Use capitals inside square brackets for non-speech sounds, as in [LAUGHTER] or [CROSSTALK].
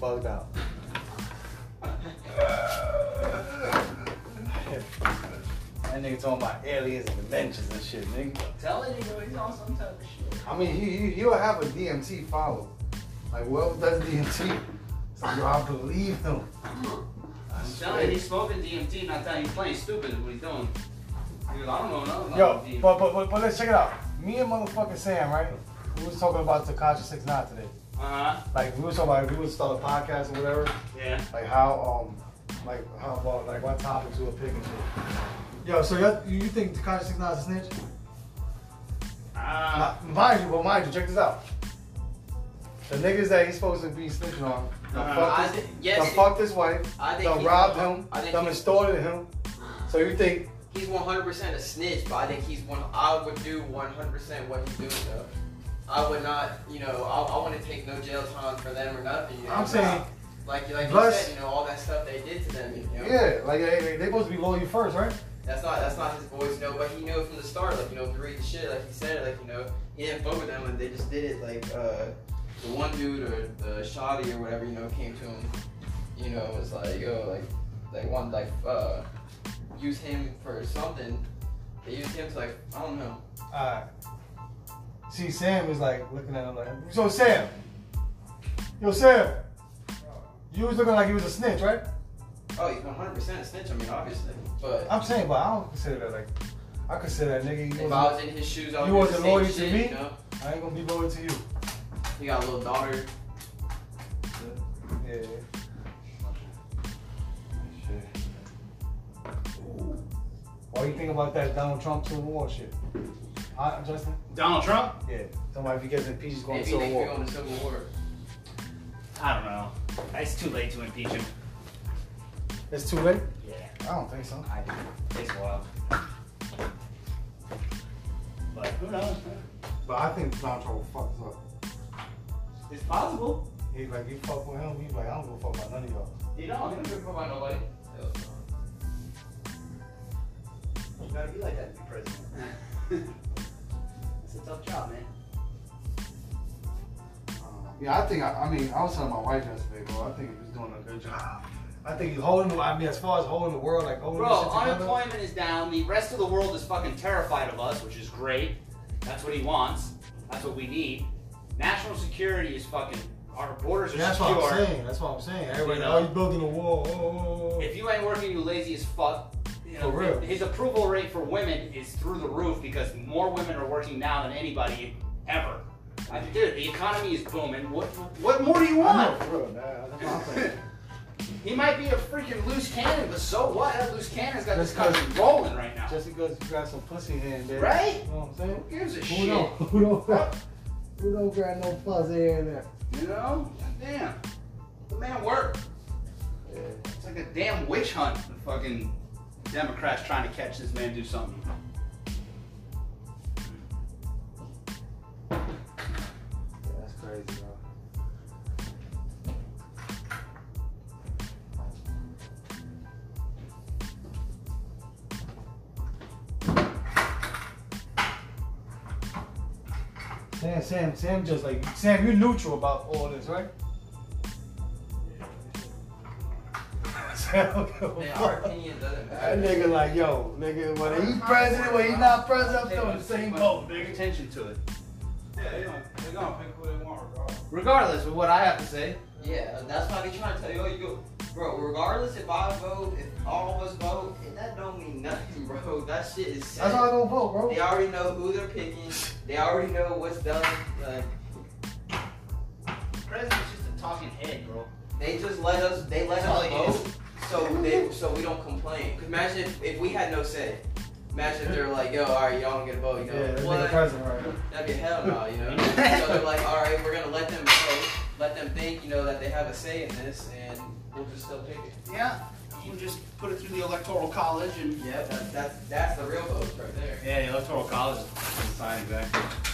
bugged out. That nigga talking about aliens and dimensions and shit, nigga. Telling you, yo, he's on some type of shit. I mean, he, he, he'll have a DMT follow. Like, whoever does DMT, it's like, yo, I believe him. I I'm swear. telling you, he's smoking DMT, not telling you he's playing stupid is what he's doing. He goes, I don't know nothing Yo, about DMT. but, but, but, but let's check it out. Me and motherfucking Sam, right? We was talking about Takashi 69 today. Uh-huh. Like, we was talking about if we would start a podcast or whatever. Yeah. Like how um like how about like what topics we'll pick and shit. Yo, so y'all- you you think Takashi Six Nine is a snitch? Uh, Uh, mind you, but mind you, check this out. The niggas that he's supposed to be snitching on, the Uh, fuck I his, thi- yes, the fucked his wife, I think the he- robbed him, I think the he- extorted him. So you think He's 100% a snitch, but I think he's one. I would do 100% what he's doing though. I would not, you know, I, I wouldn't take no jail time for them or nothing. You know? I'm saying- like, like you Plus- said, you know, all that stuff they did to them. You know, yeah, like they, they- they supposed to be loyal first, right? that's not that's not his voice, you know. But he knew it from the start, like you know, if you read the shit, like he said, like you know, he didn't fuck with them, and they just did it. Like uh, the one dude or the shoddy or whatever, you know, came to him, you know, was like, yo, like they wanted like uh, use him for something. They used him to like I don't know. Alright. See Sam was like looking at him like So Sam Yo Sam You was looking like you was a snitch, right? Oh, he's 100% a snitch. I mean, obviously, but I'm saying, but I don't consider that like. I consider that nigga. You if I wasn't, was in his shoes, I You would do wasn't the same loyal to shit, me? You know, I ain't gonna be loyal to you. he got a little daughter. Yeah. What do you think about that Donald Trump Civil War shit? Huh, Justin? Donald Trump? Yeah. Somebody if he gets impeached, he's going Maybe to they Civil could War. go into civil [LAUGHS] war. I don't know. It's too late to impeach him. It's too late? Yeah, I don't think so. I do. Takes a while. But who knows? man? But I think Donald Trump will fuck us up. It's possible. He like, you fuck with him, he's like, I don't give a fuck about none of y'all. You know, he don't give a fuck about nobody. Hell no. You gotta be like that to be president. [LAUGHS] it's a tough job, man. Um, Yeah, I think I, I mean I was telling my wife yesterday, bro. I think he's doing a good job. I think he's holding. the- I mean, as far as holding the world, like holding. Bro, this shit together, unemployment is down. The rest of the world is fucking terrified of us, which is great. That's what he wants. That's what we need. National security is fucking. Our borders are That's secure. what I'm saying. That's what I'm saying. Everybody, You oh, you know? building a wall. Oh, oh, oh. If you ain't working, you lazy as fuck. You know, For real. His approval rate for women is through the roof because more women are working now than anybody ever. I, dude, the economy is booming. What what more do you I know, want? for real, nah, that's what I'm saying. [LAUGHS] [LAUGHS] He might be a freaking loose cannon, but so what? That loose cannon's got this Just 'cause- country rolling right now. Just because you got some pussy hand there, Right? You know what I'm Who saying? gives a Who shit? don't? [LAUGHS] Who don't? Who don't grab no fuzz here and there? You know? Damn. The man worked. Yeah. It's like a damn witch hunt. The fucking Democrats trying to catch this man do something. Yeah, that's crazy, bro. Sam, Sam, Sam, just like Sam, you're neutral about all this, right? [LAUGHS] Sam, don't give a Man, our fuck. opinion doesn't matter. That nigga like, yo, nigga, whether he president, whether he not president, I'm still in the same boat, Pay nigga. attention to it. Yeah, they don't. They're gonna pick who they want regardless. Regardless of what I have to say, Yeah, that's why I be trying to tell you, oh, you go, bro. Regardless if I vote, if all of us vote, it, that don't mean nothing, [LAUGHS] bro. That shit is sad. That's how I gonna vote, bro. They already know who they're picking. They already know what's done. Like the president's just a talking head, bro. they just let us. They let That's all it us is. vote, so they so we don't complain. 'Cause imagine if, if we had no say. Imagine if they're like, yo, all right, y'all don't get a vote. Oh, You know Yeah, that's nigga what? president right now. That'd be hell no, [LAUGHS] you know. so they're like, all right, we're gonna let them vote, let them think, you know, that they have a say in this, and we'll just still pick it. Yeah. You just put it through the electoral college and. Yeah, that, that's that's the real votes right there. Yeah, the electoral college is the sign exactly.